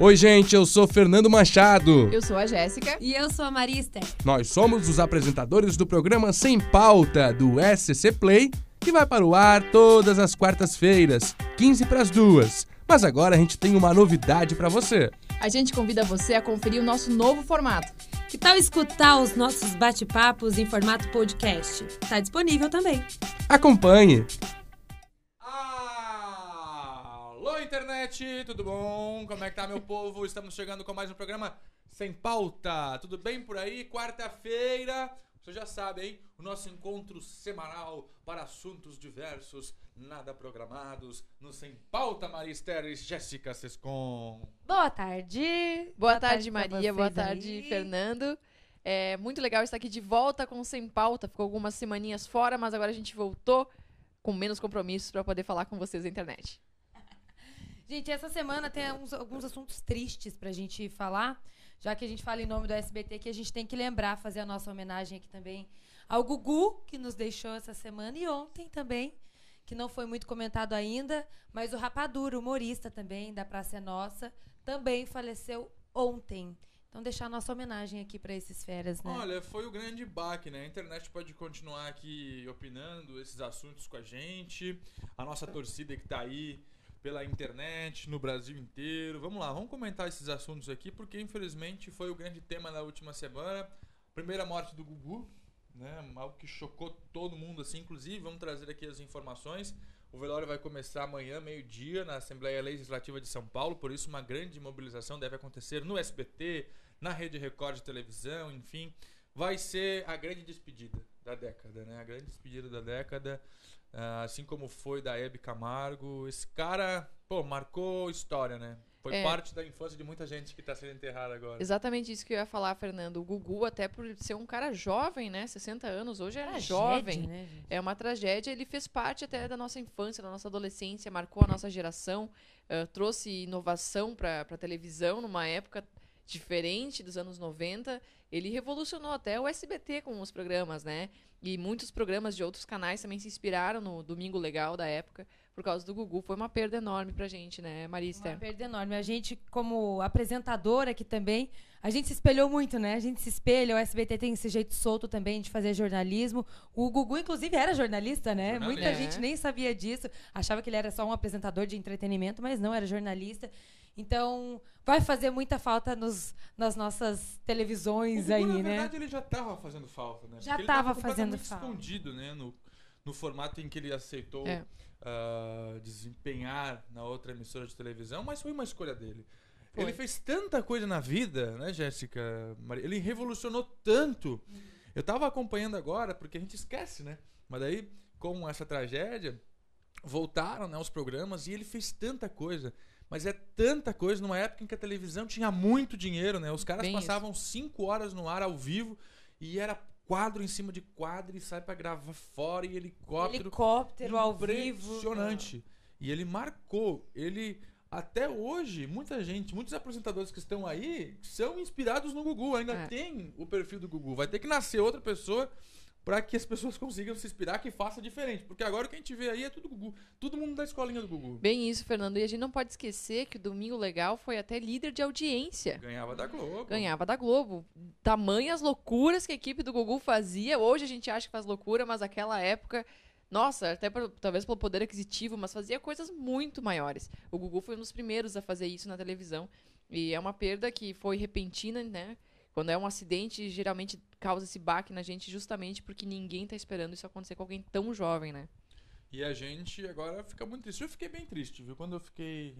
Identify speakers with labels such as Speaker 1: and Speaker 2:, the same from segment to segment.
Speaker 1: Oi, gente, eu sou Fernando Machado.
Speaker 2: Eu sou a Jéssica.
Speaker 3: E eu sou a Marista.
Speaker 1: Nós somos os apresentadores do programa Sem Pauta do SC Play, que vai para o ar todas as quartas-feiras, 15 para as duas. Mas agora a gente tem uma novidade para você.
Speaker 2: A gente convida você a conferir o nosso novo formato.
Speaker 3: Que tal escutar os nossos bate-papos em formato podcast? Está disponível também.
Speaker 1: Acompanhe. Alô, internet, tudo bom? Como é que tá, meu povo? Estamos chegando com mais um programa Sem Pauta. Tudo bem por aí? Quarta-feira. Você já sabe, hein? O nosso encontro semanal para assuntos diversos, nada programados, no Sem Pauta Maristeres, Jéssica Sescon.
Speaker 4: Boa tarde.
Speaker 2: Boa tarde, Maria.
Speaker 4: pra vocês
Speaker 2: Boa tarde,
Speaker 4: aí.
Speaker 2: Fernando. É muito legal estar aqui de volta com o Sem Pauta. Ficou algumas semaninhas fora, mas agora a gente voltou com menos compromissos para poder falar com vocês na internet.
Speaker 3: Gente, essa semana tem uns- alguns assuntos tristes pra gente falar. Já que a gente fala em nome do SBT, que a gente tem que lembrar, fazer a nossa homenagem aqui também ao Gugu, que nos deixou essa semana, e ontem também, que não foi muito comentado ainda, mas o Rapadura, humorista também, da Praça é Nossa, também faleceu ontem. Então, deixar a nossa homenagem aqui pra esses feras, né?
Speaker 5: Olha, foi o grande baque, né? A internet pode continuar aqui opinando esses assuntos com a gente. A nossa torcida que tá aí pela internet, no Brasil inteiro. Vamos lá, vamos comentar esses assuntos aqui, porque infelizmente foi o grande tema da última semana. Primeira morte do Gugu, né? Algo que chocou todo mundo, assim. Inclusive, vamos trazer aqui as informações. O velório vai começar amanhã, meio-dia, na Assembleia Legislativa de São Paulo, por isso uma grande mobilização deve acontecer no SBT, na Rede Record de televisão, enfim. Vai ser a grande despedida da década, né? A grande despedida da década, ah, assim como foi da Hebe Camargo. Esse cara, pô, marcou história, né? Foi
Speaker 2: É.
Speaker 5: parte da infância de muita gente que tá sendo enterrada agora.
Speaker 2: Exatamente isso que eu ia falar, Fernando. O Gugu, até por ser um cara jovem, né? 60 anos, hoje era
Speaker 3: Tragédia,
Speaker 2: jovem.
Speaker 3: né, gente?
Speaker 2: É uma tragédia. Ele fez parte até
Speaker 3: É.
Speaker 2: da nossa infância, da nossa adolescência, marcou a nossa geração, eh, trouxe inovação para a televisão numa época diferente dos anos 90. Ele revolucionou até o SBT com os programas, né? E muitos programas de outros canais também se inspiraram no Domingo Legal da época por causa do Gugu. Foi uma perda enorme pra gente, né,
Speaker 3: Uma
Speaker 2: Marista?
Speaker 3: perda enorme. A gente, como apresentadora aqui também, a gente se espelhou muito, né? A gente se espelha, o SBT tem esse jeito solto também de fazer jornalismo. O Gugu, inclusive, era jornalista, né?
Speaker 5: Jornalista.
Speaker 3: Muita
Speaker 2: É.
Speaker 3: gente nem sabia disso. Achava que ele era só um apresentador de entretenimento, mas não, era jornalista. Então, vai fazer muita falta nos, nas nossas
Speaker 5: O
Speaker 3: televisões
Speaker 5: Gugu,
Speaker 3: aí,
Speaker 5: na
Speaker 3: né?
Speaker 5: verdade, ele já tava fazendo falta, né?
Speaker 3: Já
Speaker 5: Porque ele
Speaker 3: tava fazendo
Speaker 5: completamente
Speaker 3: falta.
Speaker 5: escondido, né? No, no formato em que ele aceitou
Speaker 2: É.
Speaker 5: ah, desempenhar na outra emissora de televisão, mas foi uma escolha dele.
Speaker 2: Foi.
Speaker 5: Ele fez tanta coisa na vida, né, Jéssica? Maria? Ele revolucionou tanto.
Speaker 3: Uhum.
Speaker 5: Eu tava acompanhando agora, porque a gente esquece, né? Mas daí, com essa tragédia, voltaram né, os programas e ele fez tanta coisa. Mas é tanta coisa numa época em que a televisão tinha muito dinheiro, né? Os caras
Speaker 2: Bem isso.
Speaker 5: passavam cinco horas no ar ao vivo e era quadro em cima de quadro e sai pra gravar fora e helicóptero.
Speaker 3: Helicóptero ao vivo.
Speaker 5: Impressionante. E ele marcou. Ele até hoje, muita gente, muitos apresentadores que estão aí são inspirados no Gugu. Ainda
Speaker 2: É.
Speaker 5: tem o perfil do Gugu. Vai ter que nascer outra pessoa pra que as pessoas consigam se inspirar, que faça diferente. Porque agora o que a gente vê aí é tudo Gugu. Todo mundo da escolinha do Gugu.
Speaker 2: Bem isso, Fernando. E a gente não pode esquecer que o Domingo Legal foi até líder de audiência.
Speaker 5: Ganhava da Globo.
Speaker 2: Ganhava da Globo. Tamanhas loucuras que a equipe do Gugu fazia. Hoje a gente acha que faz loucura, mas naquela época, nossa, até por- talvez pelo poder aquisitivo, mas fazia coisas muito maiores. O Gugu foi um dos primeiros a fazer isso na televisão. E é uma perda que foi repentina, né? Quando é um acidente, geralmente causa esse baque na gente justamente porque ninguém tá esperando isso acontecer com alguém tão jovem, né?
Speaker 5: E a gente agora fica muito triste. Eu fiquei bem triste, viu? Quando eu fiquei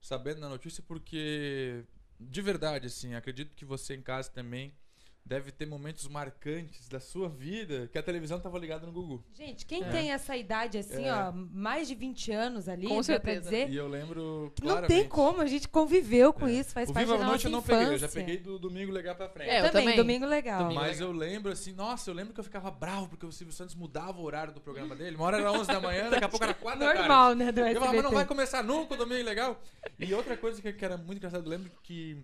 Speaker 5: sabendo da notícia, porque de verdade, assim, acredito que você em casa também deve ter momentos marcantes da sua vida que a televisão tava ligada no Gugu.
Speaker 3: Gente, quem
Speaker 5: É.
Speaker 3: tem essa idade assim,
Speaker 5: É.
Speaker 3: ó, mais de 20 anos ali,
Speaker 2: Com
Speaker 3: dá
Speaker 2: certeza.
Speaker 3: pra dizer,
Speaker 5: E eu lembro
Speaker 3: que É. não
Speaker 5: claramente. É.
Speaker 3: tem como, a gente conviveu com isso, faz
Speaker 5: O
Speaker 3: parte
Speaker 5: Viva
Speaker 3: da
Speaker 5: a
Speaker 3: nossa
Speaker 5: Noite eu não
Speaker 3: infância.
Speaker 5: peguei, eu já peguei do domingo legal pra frente.
Speaker 2: É, eu também.
Speaker 3: domingo legal.
Speaker 2: Domingo.
Speaker 5: Mas eu lembro assim, nossa, eu lembro que eu ficava bravo porque o Silvio Santos mudava o horário do programa dele. Uma hora era 11 da manhã, daqui a pouco era 4 da tarde.
Speaker 3: Normal, né, do
Speaker 5: Eu falava, mas não
Speaker 3: SBT.
Speaker 5: vai começar nunca o Domingo Legal. E outra coisa que, que era muito engraçado, eu lembro que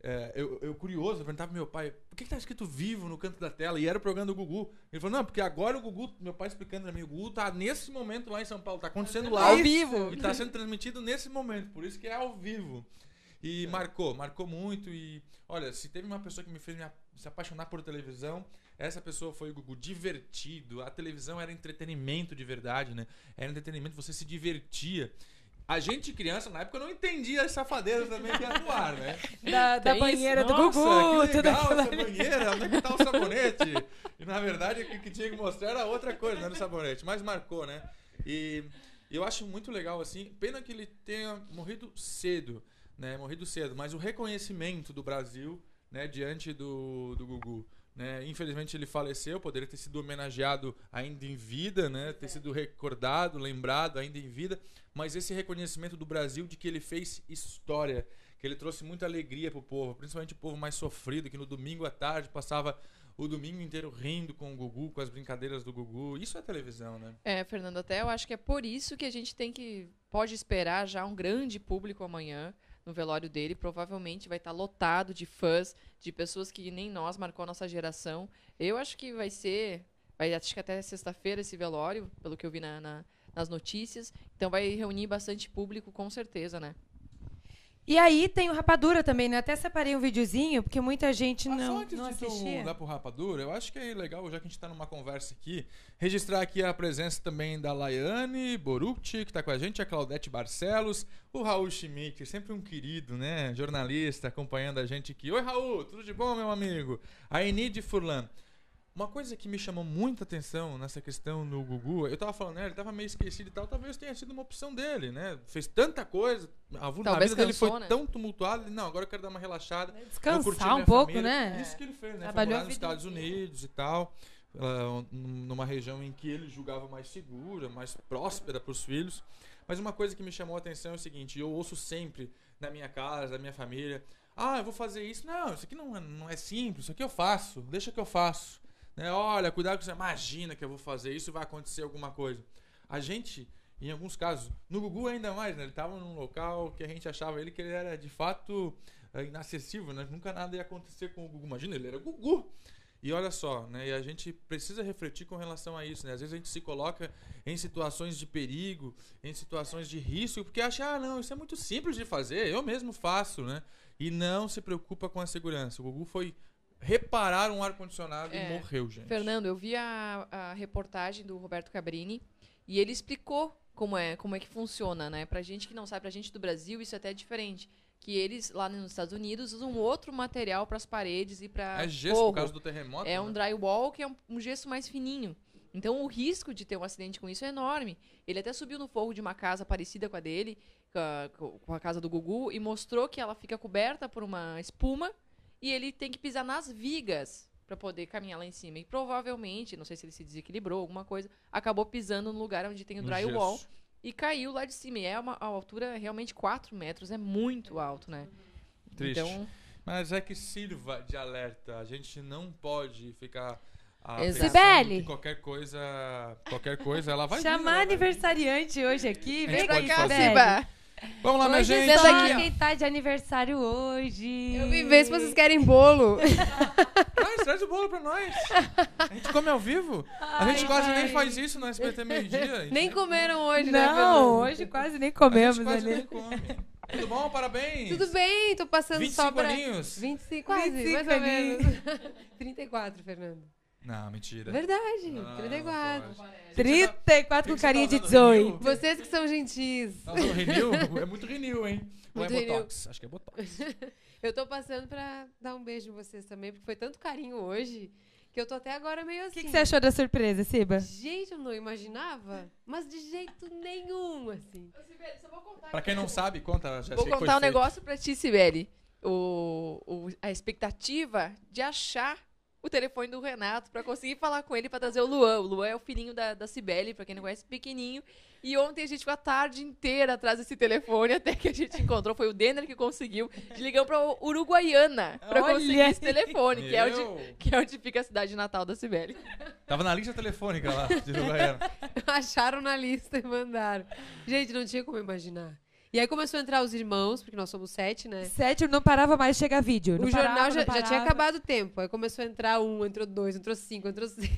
Speaker 5: é, eu, eu curioso, eu perguntava pro meu pai, por que, que tá escrito vivo no canto da tela? E era o programa do Gugu. Ele falou, não, porque agora o Gugu, meu pai explicando pra mim, o Gugu tá nesse momento lá em São Paulo, tá acontecendo lá.
Speaker 2: Ao vivo!
Speaker 5: E tá sendo transmitido nesse momento, por isso que é ao vivo. E marcou, marcou muito. E olha, se teve uma pessoa que me fez me a- se apaixonar por televisão, essa pessoa foi o Gugu. Divertido. A televisão era entretenimento de verdade, né? Era entretenimento, você se divertia. A gente criança, na época, não entendia as safadezas também que era no ar, né?
Speaker 3: Da, da
Speaker 2: Tem
Speaker 3: banheira do
Speaker 5: Nossa,
Speaker 3: Gugu,
Speaker 5: que
Speaker 3: tudo
Speaker 5: legal
Speaker 3: aquilo
Speaker 5: essa banheira, onde é que tá o sabonete? E na verdade o que- que tinha que mostrar era outra coisa, não era o sabonete, mas marcou, né? E eu acho muito legal, assim, pena que ele tenha morrido cedo, né? Morrido cedo, mas o reconhecimento do Brasil, né, diante do, do Gugu. Né? Infelizmente ele faleceu, poderia ter sido homenageado ainda em vida, né? ter sido recordado, lembrado ainda em vida, mas esse reconhecimento do Brasil de que ele fez história, que ele trouxe muita alegria pro povo, principalmente o povo mais sofrido, que no domingo à tarde passava o domingo inteiro rindo com o Gugu, com as brincadeiras do Gugu. Isso é televisão, né?
Speaker 2: É, Fernando, até eu acho que é por isso que a gente tem que pode esperar já um grande público amanhã no velório dele. Provavelmente vai estar lotado de fãs, de pessoas que nem nós marcou a nossa geração. Eu acho que vai ser, vai acho que até sexta-feira esse velório, pelo que eu vi na- na- nas notícias. Então vai reunir bastante público, com certeza, né?
Speaker 3: E aí tem o Rapadura também, né? Eu Até separei um videozinho, porque muita gente
Speaker 5: Mas só
Speaker 3: não,
Speaker 5: antes
Speaker 3: não
Speaker 5: de
Speaker 3: assistia.
Speaker 5: tu dar pro Rapadura, eu acho que é legal, já que a gente tá numa conversa aqui, registrar aqui a presença também da Laiane Borucci, que tá com a gente, a Claudete Barcelos, o Raul Schmidt, sempre um querido, né? Jornalista acompanhando a gente aqui. Oi, Raul, tudo de bom, meu amigo? A Enide Furlan. Uma coisa que me chamou muita atenção nessa questão no Gugu, eu tava falando, né, ele tava meio esquecido e tal, talvez tenha sido uma opção dele, né? Fez tanta coisa, a vida
Speaker 2: Talvez
Speaker 5: dele
Speaker 2: cansou,
Speaker 5: foi
Speaker 2: né?
Speaker 5: tão tumultuada, ele, não, agora eu quero dar uma relaxada. Vou curtir
Speaker 3: Descansar um
Speaker 5: minha
Speaker 3: pouco,
Speaker 5: família.
Speaker 3: né?
Speaker 5: Isso que ele fez, né? Foi
Speaker 3: Trabalhou
Speaker 5: morar
Speaker 3: a
Speaker 5: nos
Speaker 3: vida
Speaker 5: Estados
Speaker 3: inteira.
Speaker 5: Unidos e tal, ah, num- numa região em que ele julgava mais segura, mais próspera para os filhos. Mas uma coisa que me chamou a atenção é o seguinte: eu ouço sempre na minha casa, na minha família, ah, eu vou fazer isso. Não, isso aqui não é, não é simples, isso aqui eu faço, deixa que eu faço. Né? Olha, cuidado com isso, imagina que eu vou fazer isso, vai acontecer alguma coisa. A gente, em alguns casos, no Gugu ainda mais, né? Ele tava num local que a gente achava ele que ele era de fato é, inacessível, né? Nunca nada ia acontecer com o Gugu. Imagina, ele era Gugu. E olha só, né? E a gente precisa refletir com relação a isso, né? Às vezes a gente se coloca em situações de perigo, em situações de risco, porque acha, ah, não, isso é muito simples de fazer, eu mesmo faço, né? E não se preocupa com a segurança. O Gugu foi reparar um ar-condicionado
Speaker 2: É.
Speaker 5: e morreu, gente.
Speaker 2: Fernando, eu vi a, a reportagem do Roberto Cabrini e ele explicou como é, como é que funciona, né? Pra gente que não sabe, pra gente do Brasil, isso é até diferente. Que eles, lá nos Estados Unidos, usam outro material pras paredes e pra.
Speaker 5: É gesso
Speaker 2: forro.
Speaker 5: por causa do terremoto.
Speaker 2: ah, É um
Speaker 5: né?
Speaker 2: drywall que é um, um gesso mais fininho. Então o risco de ter um acidente com isso é enorme. Ele até subiu no forro de uma casa parecida com a dele, com a, com a casa do Gugu, e mostrou que ela fica coberta por uma espuma e ele tem que pisar nas vigas para poder caminhar lá em cima. E provavelmente, não sei se ele se desequilibrou, alguma coisa, acabou pisando no lugar onde tem o
Speaker 5: No
Speaker 2: drywall
Speaker 5: gesso.
Speaker 2: e caiu lá de cima. E é uma a altura realmente 4 metros, é muito alto, né?
Speaker 5: Triste.
Speaker 2: Então,
Speaker 5: Mas é que sirva de alerta. A gente não pode ficar ah,
Speaker 2: Exato.
Speaker 5: pensando
Speaker 3: Sibeli!
Speaker 5: que qualquer coisa, qualquer coisa, ela vai vir, né?
Speaker 3: Chamar
Speaker 5: ela vai vir.
Speaker 3: aniversariante hoje aqui,
Speaker 5: A
Speaker 3: vem
Speaker 5: gente
Speaker 3: pra
Speaker 5: pode
Speaker 3: cá,
Speaker 5: fazer.
Speaker 3: velho.
Speaker 5: Vamos lá, minha
Speaker 3: Hoje
Speaker 5: gente.
Speaker 2: Senta
Speaker 3: só
Speaker 2: aqui, ó.
Speaker 3: quem tá de aniversário hoje.
Speaker 4: Eu vim ver se vocês querem bolo.
Speaker 5: Nós, traz o bolo pra nós. A gente come ao vivo. A gente quase nem faz isso no SBT meio-dia.
Speaker 4: Nem comeram hoje, né?
Speaker 3: Não,
Speaker 4: Fernando?
Speaker 3: hoje quase nem
Speaker 5: a gente
Speaker 3: comemos
Speaker 5: quase
Speaker 3: ali.
Speaker 5: nem come. Tudo bom? Parabéns.
Speaker 4: Tudo bem, tô passando só
Speaker 5: 25
Speaker 4: pra...
Speaker 5: aninhos.
Speaker 4: 25, quase,
Speaker 3: 25
Speaker 4: mais ou
Speaker 3: aninhos.
Speaker 4: menos. 34, Fernando.
Speaker 5: Não, mentira.
Speaker 4: Verdade,
Speaker 5: Não, não
Speaker 4: 34.
Speaker 5: pode.
Speaker 3: 34
Speaker 5: Quem
Speaker 3: com
Speaker 5: que
Speaker 3: carinha de
Speaker 5: você tá usando?
Speaker 3: 18.
Speaker 5: Renil?
Speaker 4: Vocês que são gentis.
Speaker 5: Tá usando Renil? É muito renil, hein? Ou é
Speaker 4: Muito Renil.
Speaker 5: Botox? Acho que é Botox.
Speaker 4: Eu tô passando pra dar um beijo em vocês também, porque foi tanto carinho hoje que eu tô até agora meio
Speaker 3: O que,
Speaker 4: assim.
Speaker 3: que você achou da surpresa, Siba?
Speaker 4: Gente, eu não imaginava, mas de jeito nenhum, assim.
Speaker 5: Pra quem não sabe, conta, Jéssica.
Speaker 2: Vou
Speaker 5: que foi
Speaker 2: contar um
Speaker 5: feito.
Speaker 2: negócio pra ti, Sibeli. O, o- a expectativa de achar o telefone do Renato pra conseguir falar com ele pra trazer o Luan. O Luan é o filhinho da, da Sibeli, pra quem não conhece, pequenininho. E ontem a gente ficou a tarde inteira atrás desse telefone, até que a gente encontrou. Foi o Denner que conseguiu. Ligamos pra Uruguaiana pra
Speaker 3: Olha
Speaker 2: conseguir esse
Speaker 3: aí.
Speaker 2: telefone, que é, onde,
Speaker 5: Eu
Speaker 2: que é onde fica a cidade natal da Sibeli.
Speaker 5: Tava na lista telefônica lá, de Uruguaiana.
Speaker 4: Acharam na lista e mandaram. Gente, não tinha como imaginar. E aí começou a entrar os irmãos, porque nós somos sete, né?
Speaker 3: Sete, não parava mais de chegar vídeo.
Speaker 4: O
Speaker 3: Não
Speaker 4: jornal
Speaker 3: parava,
Speaker 4: já,
Speaker 3: não
Speaker 4: já tinha
Speaker 3: parava.
Speaker 4: acabado o tempo. Aí começou a entrar um, entrou dois, entrou cinco, entrou seis.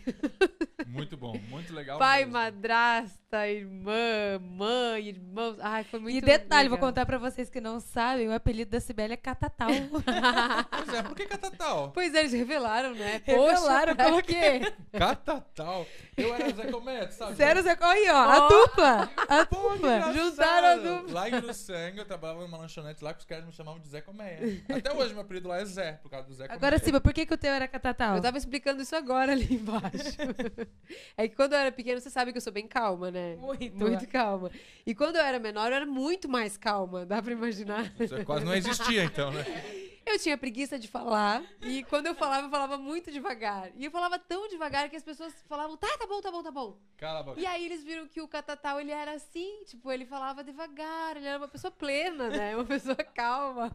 Speaker 5: Muito bom, muito legal.
Speaker 4: Pai,
Speaker 5: É mesmo.
Speaker 4: madrasto, neta, irmã, mãe, irmãos. Ai, foi muito
Speaker 3: e detalhe, vou
Speaker 4: legal.
Speaker 3: contar pra vocês que não sabem, o apelido da Cibele é Catatal.
Speaker 5: Pois é, por que catatal?
Speaker 4: Pois é, eles revelaram, né?
Speaker 3: Revelaram
Speaker 4: Poxa,
Speaker 3: como que é.
Speaker 5: Catatal. Eu era Zé Comete, sabe?
Speaker 3: Sério, Zé... Olha aí, ó, a dupla. A
Speaker 5: Pô, que
Speaker 3: dupla.
Speaker 5: engraçado.
Speaker 4: Juntaram a dupla.
Speaker 5: Lá em Sangue, eu trabalhava numa lanchonete lá que os caras me chamavam de Zé Coméia. Até hoje meu apelido lá é Zé, por causa do Zé
Speaker 3: Agora,
Speaker 5: Coméia.
Speaker 3: Ciba, por que, que o teu era Catatal?
Speaker 4: Eu tava explicando isso agora ali embaixo. é que quando eu era pequena, você sabe que eu sou bem calma, né?
Speaker 3: Muito.
Speaker 4: Muito calma. E quando eu era menor, eu era muito mais calma, dá pra imaginar.
Speaker 5: Você quase não existia então, né?
Speaker 4: Eu tinha preguiça de falar, e quando eu falava, eu falava muito devagar. E eu falava tão devagar que as pessoas falavam, tá, tá bom, tá bom, tá bom.
Speaker 5: Cala a boca.
Speaker 4: E aí eles viram que o Catatal, ele era assim, tipo, ele falava devagar, ele era uma pessoa plena, né? Uma pessoa calma.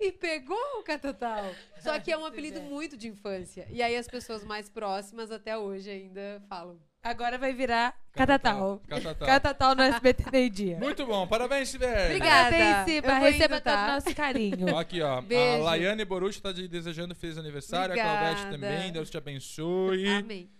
Speaker 4: E pegou o Catatal. Só que é um apelido muito de infância. E aí as pessoas mais próximas até hoje ainda falam.
Speaker 3: Agora vai virar Catatal.
Speaker 5: Catatal.
Speaker 3: Catatal no SBT Meio Dia.
Speaker 5: Muito bom, parabéns, Sibeli.
Speaker 4: Obrigada.
Speaker 3: Parabéns,
Speaker 4: Eu
Speaker 3: Ciba.
Speaker 4: vou
Speaker 3: Receba
Speaker 4: indo, tá?
Speaker 3: todo o nosso carinho.
Speaker 5: Ó, Aqui, ó. A
Speaker 4: Beijo.
Speaker 5: Laiane Borucci tá de- desejando feliz aniversário. A Claudete
Speaker 4: Obrigada.
Speaker 5: também. Deus te abençoe.
Speaker 4: Amém.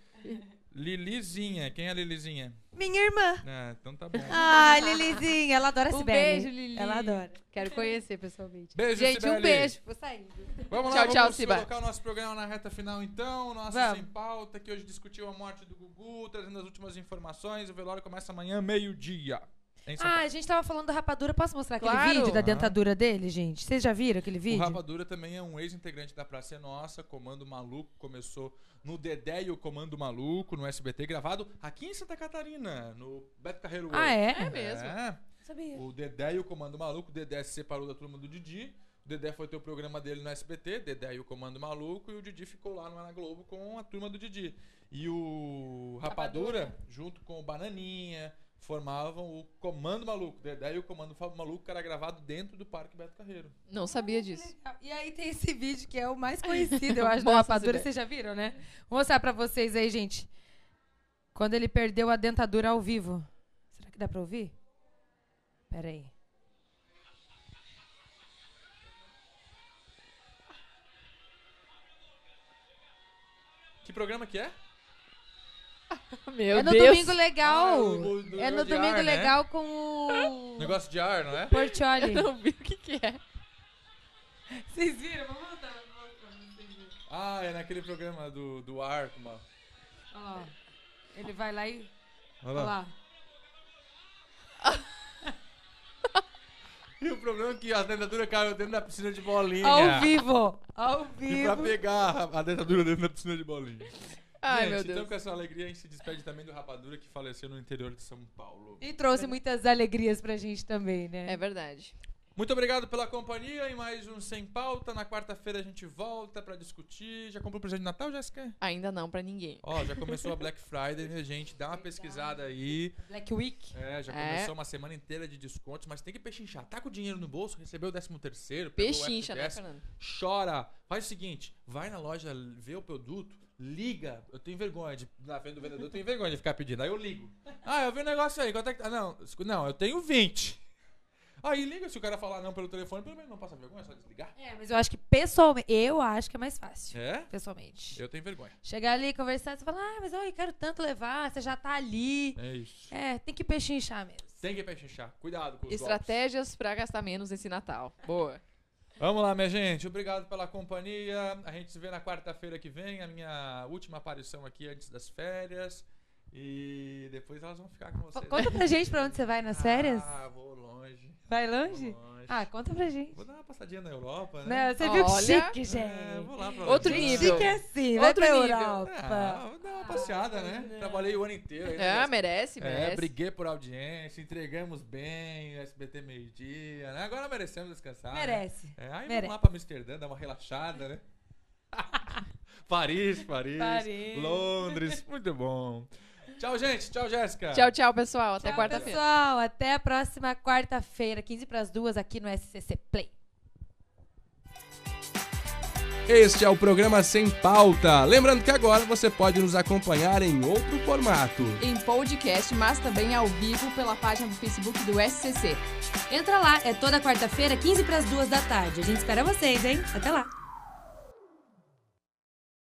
Speaker 5: Lilizinha. Quem é a Lilizinha?
Speaker 3: Minha irmã.
Speaker 5: Ah, então tá bom.
Speaker 3: Ai, Lilizinha, ela adora
Speaker 4: Um
Speaker 3: Cibele.
Speaker 4: beijo, Lili.
Speaker 3: Ela adora.
Speaker 4: Quero conhecer pessoalmente.
Speaker 5: Beijo,
Speaker 4: Gente,
Speaker 5: Sibeli.
Speaker 4: um beijo. Vou saindo.
Speaker 5: Vamos lá,
Speaker 2: Tchau, tchau,
Speaker 5: vamos
Speaker 2: Ciba.
Speaker 5: colocar o nosso programa na reta final então. O nosso
Speaker 3: Vamos.
Speaker 5: Sem Pauta, que hoje discutiu a morte do Gugu, trazendo as últimas informações. O velório começa amanhã, meio-dia. Em São
Speaker 3: Ah, a gente tava falando da rapadura. Posso mostrar aquele
Speaker 2: Claro.
Speaker 3: vídeo da
Speaker 5: é Aham.
Speaker 3: dentadura dele, gente? Vocês já viram aquele
Speaker 5: O
Speaker 3: vídeo?
Speaker 5: Rapadura também é um ex-integrante da Praça é Nossa, Comando Maluco, começou no Dedé e o Comando Maluco, no SBT, gravado aqui em Santa Catarina, no Beto Carreiro World.
Speaker 3: Ah, é?
Speaker 2: É mesmo.
Speaker 5: É.
Speaker 3: Sabia.
Speaker 5: O Dedé e o Comando Maluco, o Dedé se separou da turma do Didi, o Dedé foi ter o programa dele no SBT, Dedé e o Comando Maluco, e o Didi ficou lá no Ana Globo com a turma do Didi. E o Rapadura, junto com o Bananinha, formavam o Comando Maluco, Dedé e o Comando Fa- Maluco, que era gravado dentro do Parque Beto Carreiro.
Speaker 2: Não sabia disso.
Speaker 3: E aí tem esse vídeo que é o mais conhecido, eu acho, da
Speaker 2: Nossa,
Speaker 3: rapadura.
Speaker 2: Sibeli.
Speaker 3: Vocês já viram, né? Vou mostrar pra vocês aí, gente. Quando ele perdeu a dentadura ao vivo. Será que dá pra ouvir? Pera aí.
Speaker 5: Que programa que é?
Speaker 2: Meu
Speaker 3: é no
Speaker 2: Deus.
Speaker 3: Domingo Legal.
Speaker 5: Ah, o- o-
Speaker 3: é no
Speaker 5: de
Speaker 3: Domingo
Speaker 5: ar, né?
Speaker 3: Legal com o
Speaker 5: Negócio de ar, não é?
Speaker 3: Portioli.
Speaker 2: Não vi o que que é.
Speaker 3: Vocês viram? Vamos voltar.
Speaker 5: Ah, é naquele programa do, do ar. com uma-
Speaker 3: Olha lá. ó. Ele vai lá e...
Speaker 5: Olha
Speaker 3: Olha
Speaker 5: lá.
Speaker 3: lá.
Speaker 5: E o problema é que a dentadura caiu dentro da piscina de bolinha.
Speaker 3: Ao vivo. Ao
Speaker 5: E pra
Speaker 3: vivo.
Speaker 5: pegar a dentadura dentro da piscina de bolinha.
Speaker 2: Ai,
Speaker 5: gente,
Speaker 2: meu
Speaker 5: então
Speaker 2: Deus.
Speaker 5: com essa alegria a gente se despede também do Rapadura que faleceu no interior de São Paulo.
Speaker 3: E trouxe muitas alegrias pra gente também, né?
Speaker 2: É verdade.
Speaker 5: Muito obrigado pela companhia e mais um Sem Pauta. Na quarta-feira a gente volta pra discutir. Já comprou presente de Natal, Jéssica?
Speaker 2: Ainda não pra ninguém.
Speaker 5: Ó, já começou a Black Friday, né, gente? Dá uma pesquisada aí.
Speaker 3: Black Week.
Speaker 5: É, já
Speaker 2: É.
Speaker 5: começou uma semana inteira de descontos, mas tem que pechinchar. Tá com o dinheiro no bolso, recebeu o 13 terceiro, pegou o
Speaker 2: Pechincha, né,
Speaker 5: FGTS,
Speaker 2: Fernando?
Speaker 5: chora. Faz o seguinte, vai na loja, vê o produto, liga. Eu tenho vergonha de, na frente do vendedor, eu tenho vergonha de ficar pedindo. Aí eu ligo. Ah, eu vi um negócio aí, quanto é que tá? Não, escu- não, eu tenho 20. Aí liga, se o cara falar não pelo telefone, pelo menos não passa vergonha, é só desligar.
Speaker 3: É, mas eu acho que pessoalmente... Eu acho que é mais fácil.
Speaker 5: É?
Speaker 3: Pessoalmente.
Speaker 5: Eu tenho vergonha.
Speaker 3: Chegar ali, conversar, você fala, ah, mas ó, eu quero tanto levar, você já tá ali.
Speaker 5: É isso.
Speaker 3: É, tem que pechinchar mesmo.
Speaker 5: Tem que pechinchar. Cuidado com os golpes.
Speaker 2: Estratégias pra gastar menos nesse Natal. Boa.
Speaker 5: Vamos lá, minha gente. Obrigado pela companhia. A gente se vê na quarta-feira que vem, a minha última aparição aqui antes das férias. E depois elas vão ficar com
Speaker 3: Co-
Speaker 5: vocês.
Speaker 3: Conta pra gente pra onde você vai nas férias.
Speaker 5: Ah, vou longe.
Speaker 3: Vai
Speaker 5: Vou
Speaker 3: longe?
Speaker 5: longe.
Speaker 3: Ah, conta pra gente.
Speaker 5: Vou dar uma passadinha na Europa, né?
Speaker 3: Não, você viu que
Speaker 2: Olha.
Speaker 3: chique,
Speaker 5: É,
Speaker 3: gente.
Speaker 5: vou lá pra
Speaker 2: Outro
Speaker 5: lá.
Speaker 2: nível.
Speaker 3: Chique é assim, vai
Speaker 2: Outro
Speaker 3: pra
Speaker 2: nível.
Speaker 5: Ah,
Speaker 3: Europa. Ah,
Speaker 5: vou dar uma passeada, né? Trabalhei o ano inteiro. aí,
Speaker 2: É,
Speaker 5: né?
Speaker 2: merece, merece.
Speaker 5: É, briguei por audiência, entregamos bem, SBT meio-dia, né? Agora merecemos descansar. né?
Speaker 3: Merece.
Speaker 5: É, aí
Speaker 3: Merece.
Speaker 5: vamos lá pra Amsterdã, dar uma relaxada, né? Paris, Paris,
Speaker 3: Paris.
Speaker 5: Londres, muito bom. Tchau, gente. Tchau, Jéssica.
Speaker 2: Tchau, tchau, pessoal. Até
Speaker 3: Tchau,
Speaker 2: quarta-feira.
Speaker 3: Pessoal, até a próxima quarta-feira, 15 pras duas, aqui no SCC Play.
Speaker 1: Este é o programa Sem Pauta. Lembrando que agora você pode nos acompanhar em outro formato.
Speaker 2: Em podcast, mas também ao vivo pela página do Facebook do SCC.
Speaker 3: Entra lá, é toda quarta-feira, 15 pras duas da tarde. A gente espera vocês, hein? Até lá.